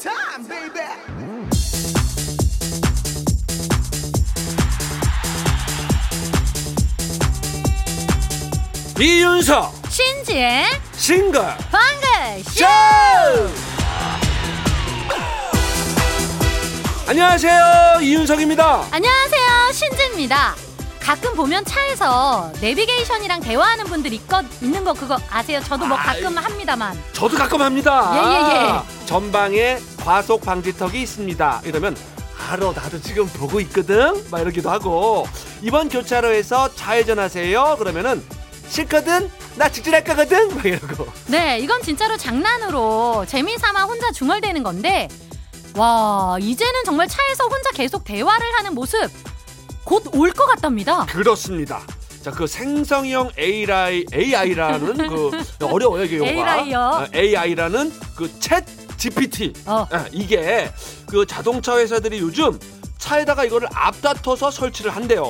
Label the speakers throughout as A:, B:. A: time, baby.
B: 이윤석
C: 신지의
B: 싱글
C: 방글쇼
B: 쇼 안녕하세요 이윤석입니다
C: 안녕하세요 신지입니다 가끔 보면 차에서 내비게이션이랑 대화하는 분들 있거, 있는 거 그거 아세요? 저도 뭐 가끔 합니다만
B: 저도 가끔 합니다
C: 예,
B: 전방에 과속 방지턱이 있습니다 이러면 알어 나도 지금 보고 있거든 막 이러기도 하고 이번 교차로에서 좌회전하세요 그러면은 싫거든 나 직진할 거거든 막 이러고
C: 네 이건 진짜로 장난으로 재미삼아 혼자 중얼대는 건데 와 이제는 정말 차에서 혼자 계속 대화를 하는 모습 곧 올 것 같답니다
B: 그렇습니다 자 그 생성형 AI AI라는 그 어려워요 이게 용어가
C: AI 요.
B: AI라는 그 챗 GPT
C: 어
B: 아, 이게 그 자동차 회사들이 요즘 차에다가 이거를 앞다퉈서 설치를 한대요.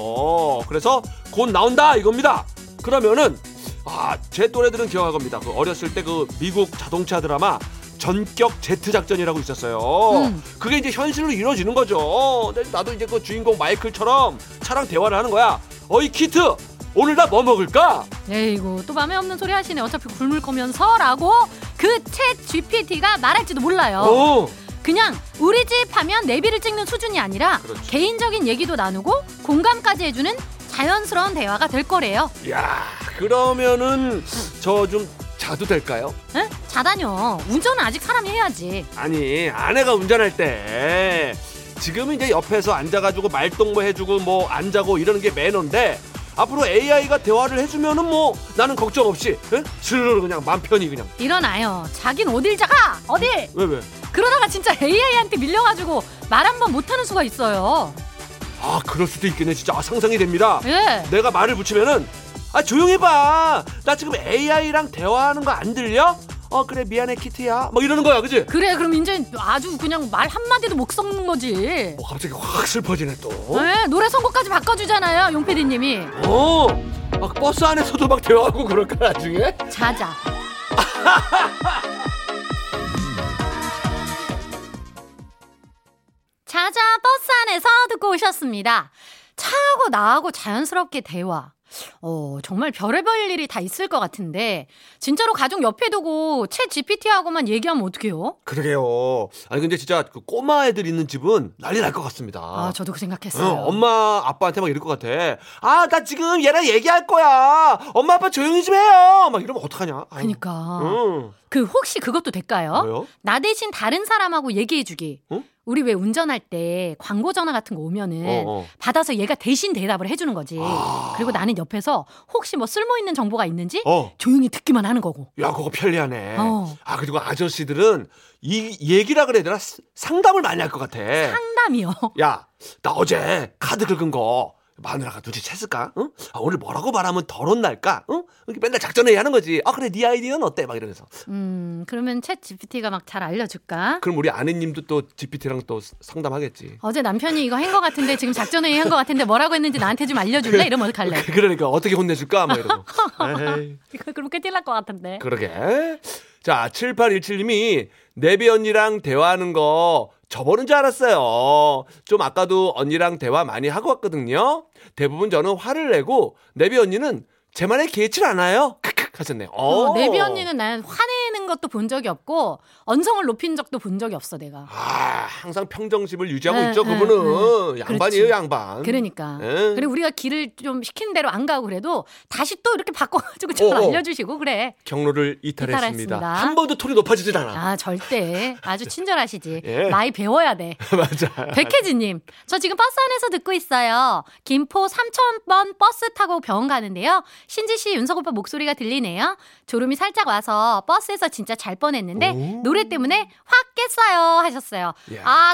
B: 그래서 곧 나온다 이겁니다. 그러면은 아, 제 또래들은 기억할 겁니다. 그 어렸을 때 그 미국 자동차 드라마 전격 제트 작전이라고 있었어요.
C: 음.
B: 그게 이제 현실로 이루어지는 거죠. 근데 나도 이제 그 주인공 마이클처럼 차랑 대화를 하는 거야. 어이 키트 오늘 나 뭐 먹을까?
C: 에이구 또 맘에 없는 소리 하시네 어차피 굶을 거면서 라고 그 챗 GPT가 말할지도 몰라요
B: 오.
C: 그냥 우리 집 하면 내비를 찍는 수준이 아니라
B: 그렇지.
C: 개인적인 얘기도 나누고 공감까지 해주는 자연스러운 대화가 될 거래요.
B: 야 그러면은 저 좀 자도 될까요?
C: 응? 자다녀. 운전은 아직 사람이 해야지.
B: 아니 아내가 운전할 때 지금 이제 옆에서 앉아가지고 말동무 해주고 뭐 안 자고 이러는 게 매너인데 앞으로 AI가 대화를 해주면은 뭐 나는 걱정 없이 응? 스르르 그냥 맘 편히 그냥
C: 일어나요. 자긴 어딜 자가? 어딜?
B: 왜 왜?
C: 그러다가 진짜 AI한테 밀려가지고 말 한 번 못하는 수가 있어요.
B: 아 그럴 수도 있겠네 진짜 아, 상상이 됩니다.
C: 예.
B: 내가 말을 붙이면은 아 조용히 봐. 나 지금 AI랑 대화하는 거 안 들려? 어 그래 미안해 키트야. 뭐 이러는 거야 그지?
C: 그래 그럼 이제 아주 그냥 말 한마디도 못 섞는 거지.
B: 뭐 갑자기 확 슬퍼지네 또.
C: 예, 노래 선곡까지 바꿔주잖아요. 용PD님이.
B: 어. 막 버스 안에서도 막 대화하고 그럴까 나중에?
C: 자자. 자자 버스 안에서 듣고 오셨습니다. 차하고 나하고 자연스럽게 대화. 어, 정말 별의별 일이 다 있을 것 같은데 진짜로 가족 옆에 두고 채 GPT하고만 얘기하면 어떡해요?
B: 그러게요. 아니 근데 진짜 그 꼬마 애들 있는 집은 난리 날 것 같습니다.
C: 아, 저도 그
B: 응,
C: 생각했어요.
B: 엄마 아빠한테 막 이럴 것 같아. 아, 나 지금 얘랑 얘기할 거야. 엄마 아빠 조용히 좀 해요. 막 이러면 어떡하냐? 아유.
C: 그니까. 어?
B: 응.
C: 그 혹시 그것도 될까요?
B: 뭐요?
C: 나 대신 다른 사람하고 얘기해주기.
B: 응?
C: 우리 왜 운전할 때 광고 전화 같은 거 오면은
B: 어, 어.
C: 받아서 얘가 대신 대답을 해주는 거지.
B: 아.
C: 그리고 나는 옆에서 혹시 뭐 쓸모 있는 정보가 있는지
B: 어.
C: 조용히 듣기만 하는 거고.
B: 야, 그거 편리하네.
C: 어.
B: 아, 그리고 아저씨들은 이 얘기라 그래야 되나? 스- 상담을 많이 할 것 같아.
C: 상담이요.
B: 야, 나 어제 카드 긁은 거 마누라가 눈치챘을까? 응? 아, 오늘 뭐라고 말하면 덜혼 날까? 응? 이렇게 맨날 작전회의 하는 거지. 아, 그래, 네 아이디어는 어때? 막 이러면서.
C: 음, 그러면 챗 GPT가 막 잘 알려줄까?
B: 그럼 우리 아내님도 또 GPT랑 또 상담하겠지.
C: 어제 남편이 이거 한 거 같은데 지금 작전회의 한 거 같은데 뭐라고 했는지 나한테 좀 알려줄래? 이러면 어떡할래?
B: 그 그러니까 어떻게 혼내줄까? 막 이러고. 에이,
C: 이거 그럼 큰일 날것 같은데.
B: 그러게. 자, 7817님이 내비 언니랑 대화하는 거 저버는 줄 알았어요. 좀 아까도 언니랑 대화 많이 하고 왔거든요. 대부분 저는 화를 내고 내비 언니는 제 말에 개의치 않아요. 크크 하셨네요.
C: 어,
B: 어.
C: 내비 언니는 난 화내는 것도 본 적이 없고 언성을 높인 적도 본 적이 없어 내가.
B: 아, 항상 평정심을 유지하고
C: 네,
B: 있죠.
C: 네,
B: 그분은
C: 네.
B: 양반이에요,
C: 그렇지.
B: 양반.
C: 그러니까.
B: 예.
C: 그리고 우리가 길을 좀 시키는 대로 안 가고 그래도 다시 또 이렇게 바꿔가지고 잘
B: 어, 어.
C: 알려주시고 그래.
B: 경로를 이탈했습니다.
C: 이탈했습니다.
B: 한 번도 톨이 높아지질 않아.
C: 아 절대 아주 친절하시지.
B: 예.
C: 많이 배워야 돼.
B: 맞아.
C: 백혜진님, 저 지금 버스 안에서 듣고 있어요. 김포 3,000번 버스 타고 병원 가는데요. 신지 씨, 윤석 오빠 목소리가 들리네요. 졸음이 살짝 와서 버스에서 진짜 잘 뻔했는데
B: 오.
C: 노래 때문에 확 깼어요 하셨어요.
B: 야.
C: 아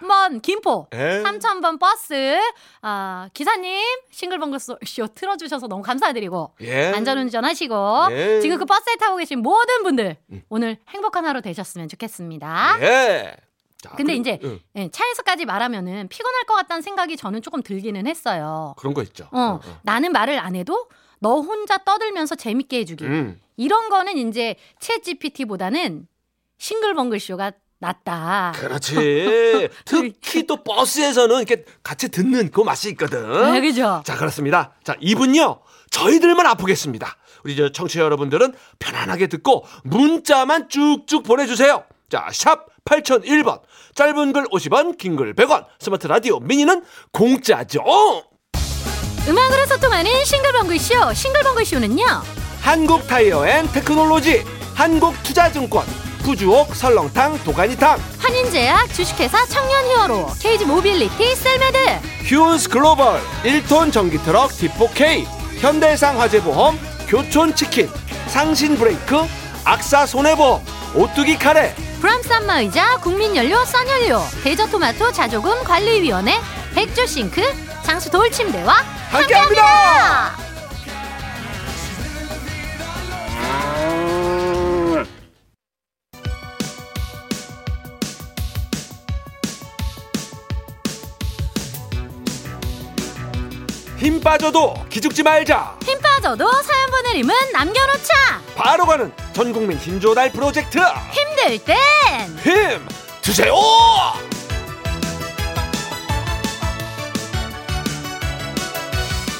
C: 3,000번 김포
B: 에?
C: 3,000번 버스 아 기사님 싱글벙글 쇼- 쇼 틀어주셔서 너무 감사드리고
B: 예.
C: 안전운전 하시고
B: 예.
C: 지금 그 버스에 타고 계신 모든 분들 오늘 행복한 하루 되셨으면 좋겠습니다.
B: 예. 자,
C: 근데
B: 그리고-
C: 이제
B: 응,
C: 예, 차에서까지 말하면은 피곤할 것 같다는 생각이 저는 조금 들기는 했어요.
B: 그런 거 있죠.
C: 어, 나는 말을 안 해도 너 혼자 떠들면서 재밌게 해주기
B: 음.
C: 이런 거는 이제 챗 GPT보다는 싱글벙글 쇼가 낫다.
B: 그렇지. 특히 또 버스에서는 이렇게 같이 듣는 그 맛이 있거든.
C: 네, 그죠?
B: 자, 그렇습니다. 자, 이분요. 저희들만 아프겠습니다. 우리 저 청취자 여러분들은 편안하게 듣고 문자만 쭉쭉 보내주세요. 자, 샵 8001번. 짧은 글 50원, 긴 글 100원. 스마트 라디오 미니는 공짜죠.
C: 음악으로 소통하는 싱글벙글 쇼. 싱글벙글 쇼는요.
B: 한국 타이어 앤 테크놀로지. 한국 투자증권. 부주옥 설렁탕 도가니탕.
C: 한인제약, 주식회사 청년히어로, 케이지 모빌리티, 셀메드.
B: 휴스 글로벌 1톤 전기트럭 D4K 현대상 화재보험 교촌치킨 상신브레이크 악사 손해보험 오뚜기 카레
C: 브람산마 의자, 국민연료, 선연료, 대저토마토 자조금 관리위원회, 백조싱크, 장수 돌침대와
B: 함께합니다.
C: 함께합니다.
B: 힘 빠져도 기죽지 말자
C: 힘 빠져도 사연 보낼 힘은 남겨놓자.
B: 바로 가는 전국민 힘조달 프로젝트
C: 힘들 땐
B: 힘 드세요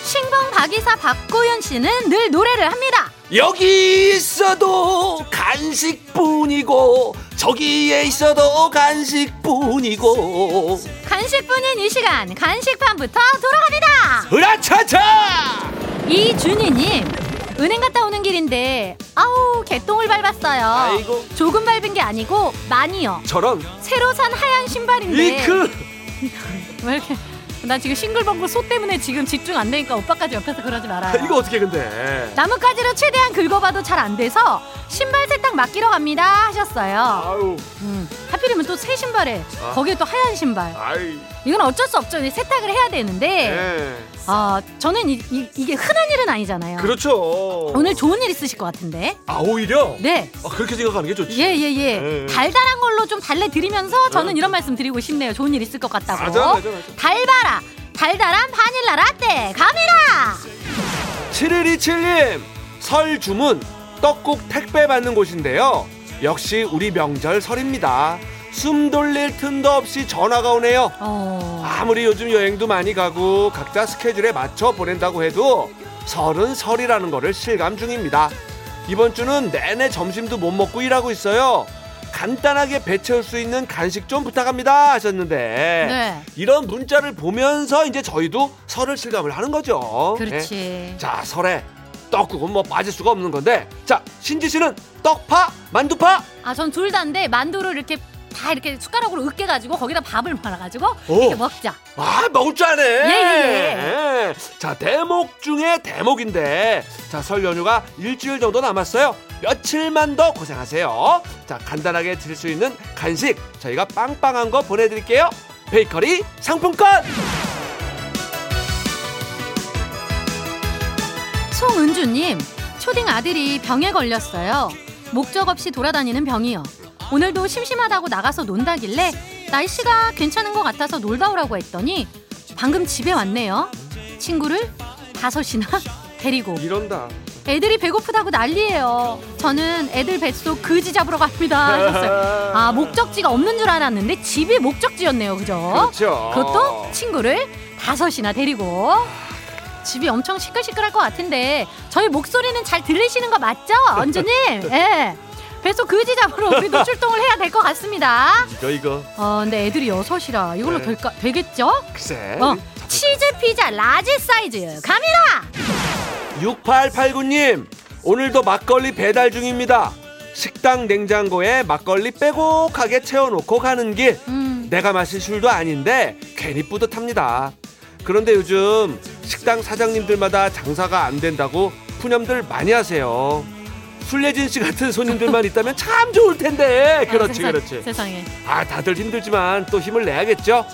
C: 신봉 박이사 박고현 씨는 늘 노래를 합니다.
B: 여기 있어도 간식뿐이고 저기에 있어도 간식뿐이고
C: 간식뿐인 이 시간 간식판부터 돌아갑니다.
B: 으라차차
C: 이준희님 은행 갔다 오는 길인데 아우 개똥을 밟았어요.
B: 아이고.
C: 조금 밟은 게 아니고 많이요.
B: 저런
C: 새로 산 하얀 신발인데
B: 이크 그
C: 왜 이렇게 나 지금 싱글벙글 소 때문에 지금 집중 안 되니까 오빠까지 옆에서 그러지 말아요.
B: 이거 어떻게 근데?
C: 나뭇가지로 최대한 긁어봐도 잘 안 돼서 신발 세탁 맡기러 갑니다 하셨어요.
B: 아유,
C: 음, 하필이면 또 새 신발에
B: 아.
C: 거기에 또 하얀 신발.
B: 아이,
C: 이건 어쩔 수 없죠. 이제 세탁을 해야 되는데
B: 예.
C: 아 저는 이, 게 흔한 일은 아니잖아요.
B: 그렇죠.
C: 오늘 좋은 일 있으실 것 같은데.
B: 아 오히려
C: 네.
B: 아, 그렇게 생각하는 게 좋지.
C: 예, 예,
B: 예, 예.
C: 예. 달달한 걸로 좀 달래드리면서 저는
B: 응.
C: 이런 말씀 드리고 싶네요. 좋은 일 있을 것 같다고.
B: 맞아, 맞아, 맞아.
C: 달바라! 달달한 바닐라 라떼! 갑니다!
B: 7127님 설 주문 떡국 택배 받는 곳인데요. 역시 우리 명절 설입니다. 숨 돌릴 틈도 없이 전화가 오네요.
C: 어.
B: 아무리 요즘 여행도 많이 가고 각자 스케줄에 맞춰 보낸다고 해도 설은 설이라는 거를 실감 중입니다. 이번 주는 내내 점심도 못 먹고 일하고 있어요. 간단하게 배 채울 수 있는 간식 좀 부탁합니다 하셨는데
C: 네.
B: 이런 문자를 보면서 이제 저희도 설을 실감을 하는 거죠. 네.
C: 그렇지.
B: 자 설에 떡국은 뭐 빠질 수가 없는 건데 자 신지 씨는 떡파 만두파
C: 아, 전 둘 다인데 만두를 이렇게 다 이렇게 숟가락으로 으깨가지고 거기다 밥을 말아가지고
B: 오.
C: 이렇게 먹자.
B: 아 먹을 줄 아네.
C: 예,
B: 예. 자 대목 중에 대목인데 자 설 연휴가 일주일 정도 남았어요. 며칠만 더 고생하세요. 자 간단하게 드릴 수 있는 간식 저희가 빵빵한 거 보내드릴게요. 베이커리 상품권.
C: 송은주님, 초딩 아들이 병에 걸렸어요. 목적 없이 돌아다니는 병이요. 오늘도 심심하다고 나가서 논다길래 날씨가 괜찮은 것 같아서 놀다 오라고 했더니 방금 집에 왔네요. 친구를 다섯이나 데리고
B: 이런다.
C: 애들이 배고프다고 난리예요. 저는 애들 뱃속 그지 잡으러 갑니다. 하셨어요. 아 목적지가 없는 줄 알았는데 집이 목적지였네요. 뭐? 그죠?
B: 그렇죠.
C: 그것도 친구를 다섯이나 데리고 집이 엄청 시끌시끌할 것 같은데 저희 목소리는 잘 들리시는 거 맞죠, 언주님? 예. 뱃속 그지 잡으러 우리도 출동을 해야 될 것 같습니다.
B: 이거 이거
C: 어, 근데 애들이 여섯이라 이걸로
B: 네.
C: 될까 되겠죠?
B: 글쎄.
C: 어, 치즈 피자 라지 사이즈 갑니다.
B: 6889님 오늘도 막걸리 배달 중입니다. 식당 냉장고에 막걸리 빼곡하게 채워놓고 가는 길
C: 음,
B: 내가 마실 술도 아닌데 괜히 뿌듯합니다. 그런데 요즘 식당 사장님들마다 장사가 안 된다고 푸념들 많이 하세요. 술래진 씨 같은 손님들만 있다면 참 좋을 텐데. 네, 그렇지,
C: 아, 세상에,
B: 그렇지.
C: 세상에.
B: 아, 다들 힘들지만 또 힘을 내야겠죠.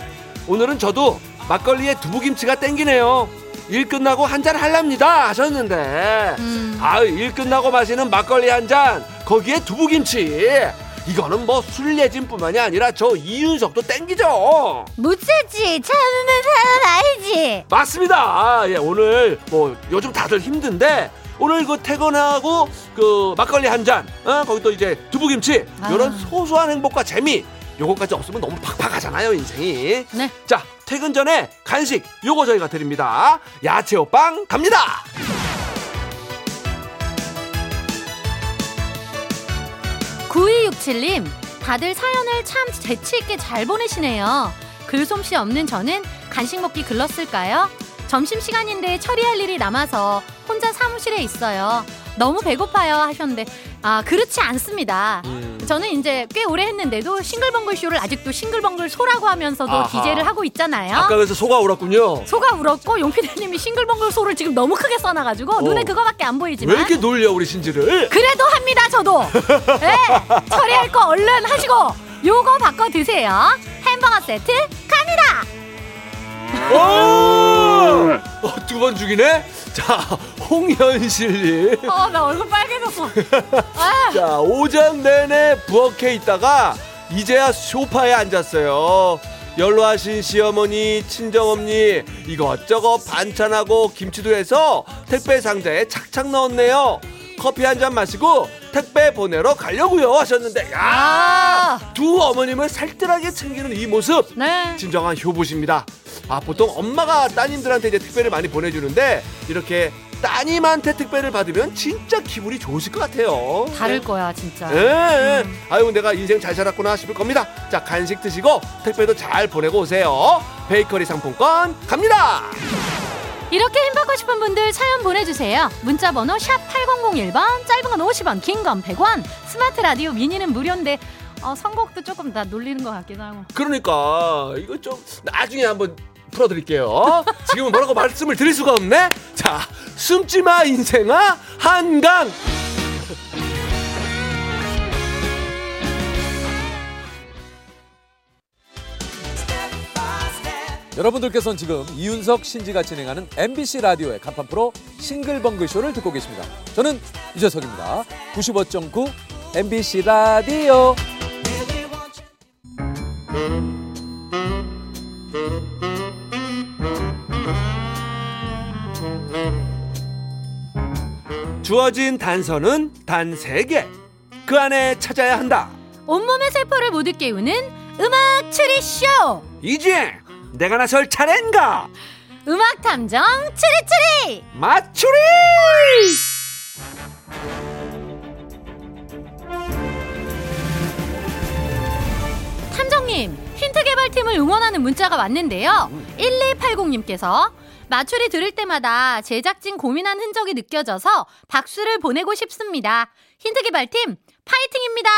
B: 오늘은 저도 막걸리에 두부김치가 땡기네요. 일 끝나고 한 잔 할랍니다 하셨는데
C: 음.
B: 아유 일 끝나고 마시는 막걸리 한 잔 거기에 두부김치 이거는 뭐 술래진뿐만이 아니라 저 이윤석도 땡기죠
C: 못 쓰지 참으면 사람 알지.
B: 맞습니다 아, 예 오늘 뭐 요즘 다들 힘든데 오늘 그 퇴근하고 그 막걸리 한잔 어? 거기 또 이제 두부김치
C: 아.
B: 이런 소소한 행복과 재미 요거까지 없으면 너무 팍팍하잖아요 인생이
C: 네.
B: 자 퇴근 전에 간식 요거 저희가 드립니다 야채 호빵 갑니다
C: 구이육칠님 다들 사연을 참 재치있게 잘 보내시네요. 글솜씨 없는 저는 간식 먹기 글렀을까요? 점심시간인데 처리할 일이 남아서 혼자 사무실에 있어요. 너무 배고파요 하셨는데, 아, 그렇지 않습니다.
B: 음.
C: 저는 이제 꽤 오래 했는데도 싱글벙글 쇼를 아직도 싱글벙글 소라고 하면서도
B: 아하.
C: 디 DJ를 하고 있잖아요.
B: 아까 그래서 소가 울었군요
C: 소가 울었고 용피디님이 싱글벙글 소를 지금 너무 크게 써놔가지고 눈에 그거밖에 안
B: 왜
C: 보이지만
B: 이렇게 놀려 우리 신지를
C: 그래도 합니다 저도 예 처리할 거 얼른 하시고 요거 바꿔 드세요 햄버거 세트 갑니다
B: 어, 두 번 죽이네 자 홍현실님
C: 어나 얼굴 빨개졌어 아.
B: 자 오전 내내 부엌에 있다가 이제야 소파에 앉았어요. 연로하신 시어머니, 친정엄니 이것저것 반찬하고 김치도 해서 택배 상자에 착착 넣었네요. 커피 한 잔 마시고 택배 보내러 가려고요 하셨는데
C: 아.
B: 야두 어머님을 살뜰하게 챙기는 이 모습
C: 네
B: 진정한 효부십니다. 아 보통 엄마가 따님들한테 이제 택배를 많이 보내주는데 이렇게 따님한테 택배를 받으면 진짜 기분이 좋으실 것 같아요.
C: 다를 거야 진짜
B: 예, 예. 아유 내가 인생 잘 살았구나 싶을 겁니다. 자 간식 드시고 택배도 잘 보내고 오세요. 베이커리 상품권 갑니다.
C: 이렇게 힘 받고 싶은 분들 사연 보내주세요 문자 번호 샵 8001번 짧은 건 50원 긴 건 100원 스마트 라디오 미니는 무료인데 어, 선곡도 조금 다 놀리는 것 같기도 하고
B: 그러니까 이거 좀 나중에 한번 풀어드릴게요. 지금은 뭐라고 말씀을 드릴 수가 없네. 자 숨지마 인생아 한강.
A: 여러분들께서는 지금 이윤석 신지가 진행하는 MBC 라디오의 간판 프로 싱글벙글 쇼를 듣고 계십니다. 저는 이재석입니다. 95.9 MBC 라디오.
B: 주어진 단서는 단 세 개. 그 안에 찾아야 한다.
C: 온몸의 세포를 모두 깨우는 음악 추리쇼
B: 이제 내가 나설 차례인가?
C: 음악 탐정 추리추리
B: 맞추리!
C: 탐정님, 힌트 개발팀을 응원하는 문자가 왔는데요. 1280님께서 마추리 들을 때마다 제작진 고민한 흔적이 느껴져서 박수를 보내고 싶습니다. 힌트 개발팀 파이팅입니다.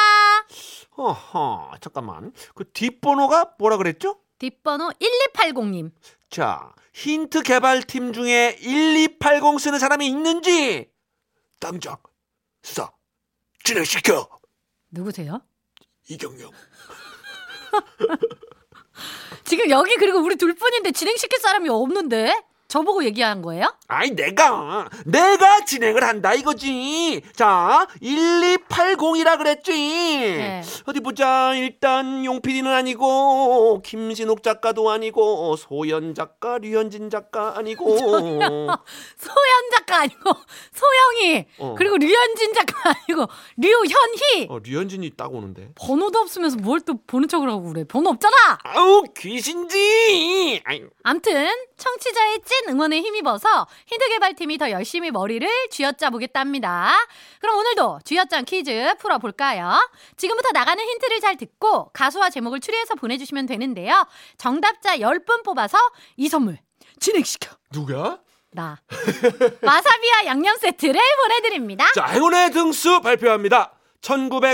B: 어허, 잠깐만. 그 뒷번호가 뭐라 그랬죠?
C: 뒷번호 1280님.
B: 자, 힌트 개발팀 중에 1280 쓰는 사람이 있는지 당장 수사 진행시켜
C: 누구세요?
B: 이경영.
C: 지금 여기 그리고 우리 둘 뿐인데 진행시킬 사람이 없는데? 저보고 얘기한 거예요?
B: 아이 내가 내가 진행을 한다 이거지. 자, 1280이라 그랬지. 예.
C: 네.
B: 어디 보자. 일단 용PD는 아니고 김신욱 작가도 아니고 소연 작가, 류현진 작가 아니고
C: 소연 작가 아니고 소영이
B: 어.
C: 그리고 류현진 작가 아니고 류현희
B: 어, 류현진이 딱 오는데.
C: 번호도 없으면서 뭘 또 보는 척을 하고 그래 번호 없잖아
B: 아우 귀신지. 아이
C: 암튼 청취자의 찐 응원에 힘입어서 힌트 개발팀이 더 열심히 머리를 쥐어짜 보겠답니다. 그럼 오늘도 쥐어짠 퀴즈 풀어볼까요? 지금부터 나가는 힌트를 잘 듣고 가수와 제목을 추리해서 보내주시면 되는데요. 정답자 10분 뽑아서 이 선물 진행시켜
B: 누가?
C: 나 와사비와 양념 세트를 보내드립니다.
B: 자, 행운의 등수 발표합니다.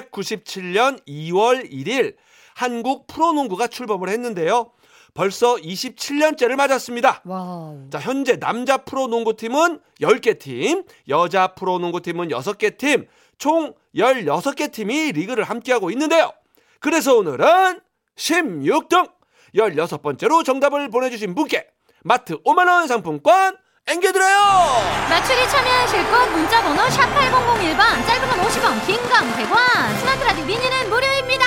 B: 1997년 2월 1일 한국 프로농구가 출범을 했는데요. 벌써 27년째를 맞았습니다.
C: 와우.
B: 자, 현재 남자 프로농구팀은 10개 팀, 여자 프로농구팀은 6개 팀, 총 16개 팀이 리그를 함께하고 있는데요. 그래서 오늘은 16등! 16번째로 정답을 보내주신 분께 마트 5만원 상품권 앵겨드려요!
C: 맞추기 참여하실 곳 문자 번호 샵 8001번 짧은 건 50원 긴 건 100원 스마트 라디오 미니는 무료입니다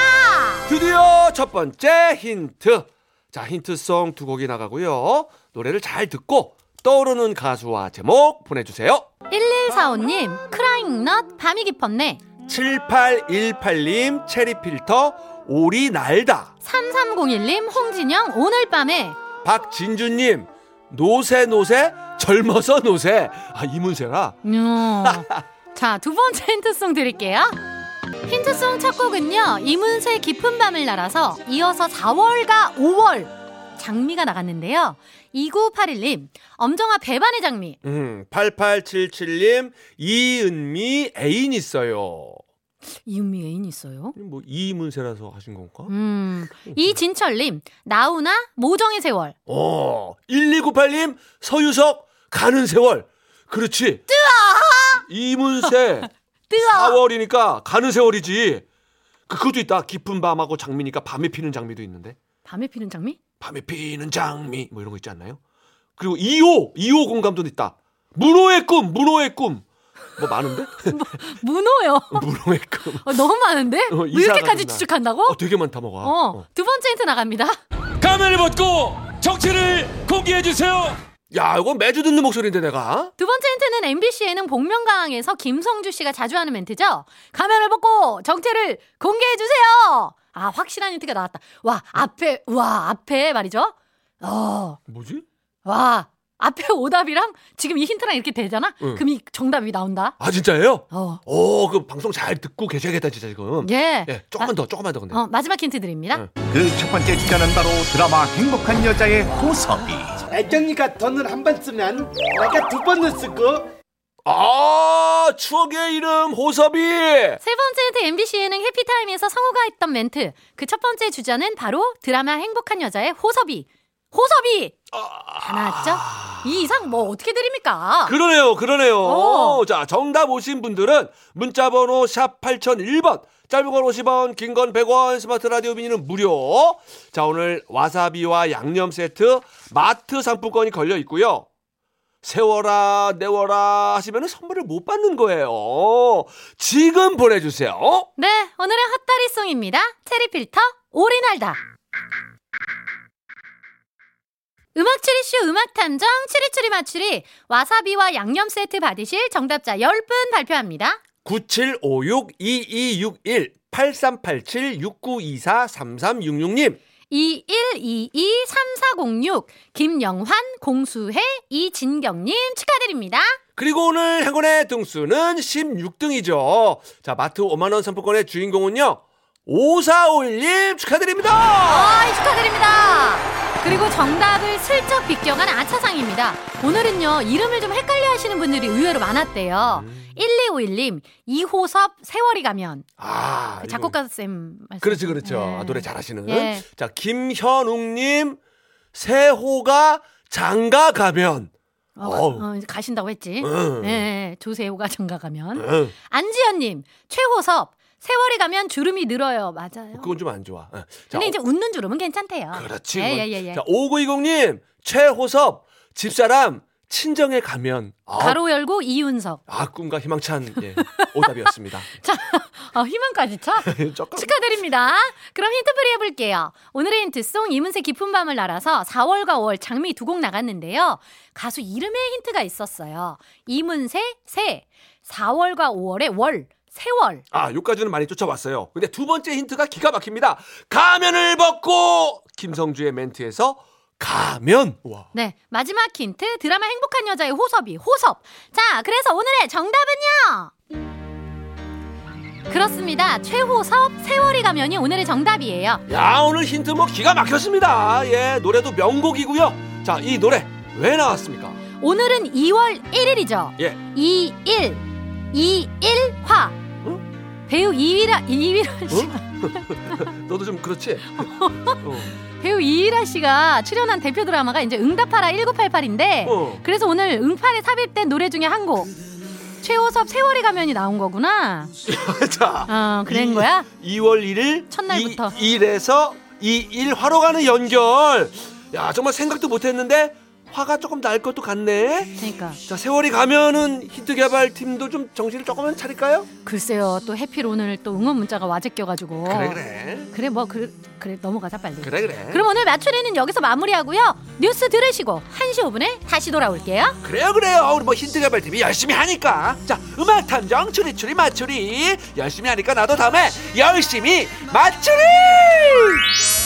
B: 드디어 첫 번째 힌트. 자, 힌트송 두 곡이 나가고요. 노래를 잘 듣고 떠오르는 가수와 제목 보내주세요.
C: 1145님 크라잉넛 밤이 깊었네
B: 7818님 체리필터 오리 날다.
C: 3301님, 홍진영, 오늘 밤에
B: 박진주님 노세 노세 젊어서 노세 아 이문세라
C: 요. 자, 두 번째 힌트송 드릴게요. 힌트송 첫 곡은요, 이문세 깊은 밤을 날아서 이어서 4월과 5월 장미가 나갔는데요. 2981님, 엄정화 배반의 장미.
B: 음 8877님 이은미 애인 있어요
C: 이은미 애인 있어요?
B: 뭐 이문세라서 하신 건가
C: 음, 이진철님, 나훈아, 모정의 세월.
B: 어 1298님 서유석 가는 세월 그렇지 이문세
C: 뜨아!
B: 4월이니까 가는 세월이지 그- 그것도 있다 깊은 밤하고 장미니까 밤에 피는 장미도 있는데
C: 밤에 피는 장미?
B: 밤에 피는 장미 뭐 이런 거 있지 않나요? 그리고 2호 2호 공감도 있다. 문호의 꿈, 문호의 꿈. 뭐 많은데?
C: 문호요.
B: 문호의 꿈.
C: 어, 너무 많은데?
B: 어,
C: 왜 이렇게까지
B: 이사가는 날.
C: 추측한다고?
B: 어 되게 많다 뭐가.
C: 어,
B: 어.
C: 두 번째 힌트 나갑니다.
A: 가면을 벗고 정체를 공개해 주세요.
B: 야, 이거 매주 듣는 목소리인데 내가.
C: 두 번째 힌트는 MBC 예능 복면가왕에서 김성주 씨가 자주 하는 멘트죠. 가면을 벗고 정체를 공개해 주세요. 아 확실한 힌트가 나왔다. 와 앞에 와 앞에 말이죠. 어,
B: 뭐지?
C: 와 앞에 오답이랑 지금 이 힌트랑 이렇게 되잖아.
B: 응.
C: 그럼 이 정답이 나온다.
B: 아 진짜예요?
C: 어,
B: 오, 그 방송 잘 듣고 계셔야겠다 진짜 지금.
C: 예.
B: 예, 조금만 더, 조금만 더 근데.
C: 어, 마지막 힌트 드립니다.
B: 응.
D: 그 첫 번째 주자는 바로 드라마 행복한 여자의 호섭이
E: 애경이가 돈을 한 번 쓰면 내가 두 번을 쓰고
B: 아, 추억의 이름 호섭이.
C: 세 번째 힌트 MBC 예능 해피타임에서 성우가 했던 멘트. 그 첫 번째 주자는 바로 드라마 행복한 여자의 호섭이. 호섭이 다 나왔죠? 이 이상 뭐 어떻게 드립니까?
B: 그러네요, 그러네요.
C: 어.
B: 자, 정답 오신 분들은 문자번호 샵 8001번, 짧은 건 50원, 긴 건 100원, 스마트 라디오 미니는 무료. 자, 오늘 와사비와 양념 세트, 마트 상품권이 걸려 있고요. 세워라, 내워라 하시면 선물을 못 받는 거예요. 지금 보내주세요.
C: 네, 오늘의 헛다리송입니다. 체리필터 오리날다. 음악 추리쇼 음악 탐정 추리추리 맞추리 와사비와 양념 세트 받으실 정답자 10분 발표합니다.
B: 9756-2261-8387-6924-3366님.
C: 2122-3406 김영환, 공수혜, 이진경님 축하드립니다.
B: 그리고 오늘 행운의 등수는 16등이죠. 자, 마트 5만원 상품권의 주인공은요, 5451님 축하드립니다!
C: 아, 축하드립니다. 그리고 정답을 슬쩍 비껴간 아차상입니다. 오늘은요, 이름을 좀 헷갈려 하시는 분들이 의외로 많았대요.
B: 음.
C: 1251님, 이호섭, 세월이 가면.
B: 아,
C: 그
B: 이거-
C: 작곡가쌤 말씀.
B: 그렇지, 그렇죠.
C: 네.
B: 아, 노래 잘하시는.
C: 예.
B: 자, 김현웅님, 세호가 장가 가면.
C: 어,
B: 어우.
C: 어, 이제 가신다고 했지.
B: 응.
C: 네, 조세호가 정가 가면.
B: 응.
C: 안지연님, 최호섭, 세월이 가면 주름이 늘어요. 맞아요.
B: 그건 좀 안 좋아. 응. 자, 어.
C: 근데 이제 웃는 주름은 괜찮대요.
B: 그렇지.
C: 예,
B: 그건.
C: 예, 예, 예.
B: 자, 5920님, 최호섭, 집사람, 친정에 가면. 아,
C: 가로 열고 이윤석.
B: 아, 꿈과 희망찬 예, 오답이었습니다.
C: 자, 어, 희망까지 차.
B: 조금.
C: 축하드립니다. 그럼 힌트풀이 해볼게요. 오늘의 힌트송 이문세 깊은 밤을 날아서 4월과 5월 장미 두 곡 나갔는데요. 가수 이름에 힌트가 있었어요. 이문세 세, 4월과 5월의 월, 세월.
B: 아, 요까지는 많이 쫓아왔어요. 근데 두 번째 힌트가 기가 막힙니다. 가면을 벗고 김성주의 멘트에서 가면. 와.
C: 네, 마지막 힌트 드라마 행복한 여자의 호섭이 호섭. 자, 그래서 오늘의 정답은요. 그렇습니다. 최호섭 세월이 가면이 오늘의 정답이에요.
B: 야, 오늘 힌트 뭐 기가 막혔습니다. 예, 노래도 명곡이고요. 자, 이 노래 왜 나왔습니까?
C: 오늘은 2월 1일이죠.
B: 예.
C: 2일 2일화 배우 이일아 이일아 씨
B: 너도 좀 그렇지? 어.
C: 배우 이일아 씨가 출연한 대표 드라마가 이제 응답하라 1988인데
B: 어.
C: 그래서 오늘 응팔에 삽입된 노래 중에 한 곡 최호섭 세월이 가면이 나온 거구나.
B: 자,
C: 어 그런 거야?
B: 2월 1일
C: 첫날부터.
B: 1에서 2일화로 가는 연결. 야, 정말 생각도 못 했는데 화가 조금 날 것도 같네.
C: 그러니까
B: 자, 세월이 가면은 힌트 개발 팀도 좀 정신을 조금은 차릴까요?
C: 글쎄요 또 해필 오늘 또 응원 문자가 와제껴가지고
B: 그래 그래
C: 그래 뭐 그래 그래 넘어가자 빨리.
B: 그래 그래
C: 어. 그럼 오늘 마추리는 여기서 마무리하고요. 뉴스 들으시고 1시 5분에 다시 돌아올게요.
B: 그래요 그래요 우리 뭐 힌트 개발팀이 열심히 하니까 자 음악 탐정 추리추리 맞추리 열심히 하니까 나도 다음에 열심히 맞추리 후!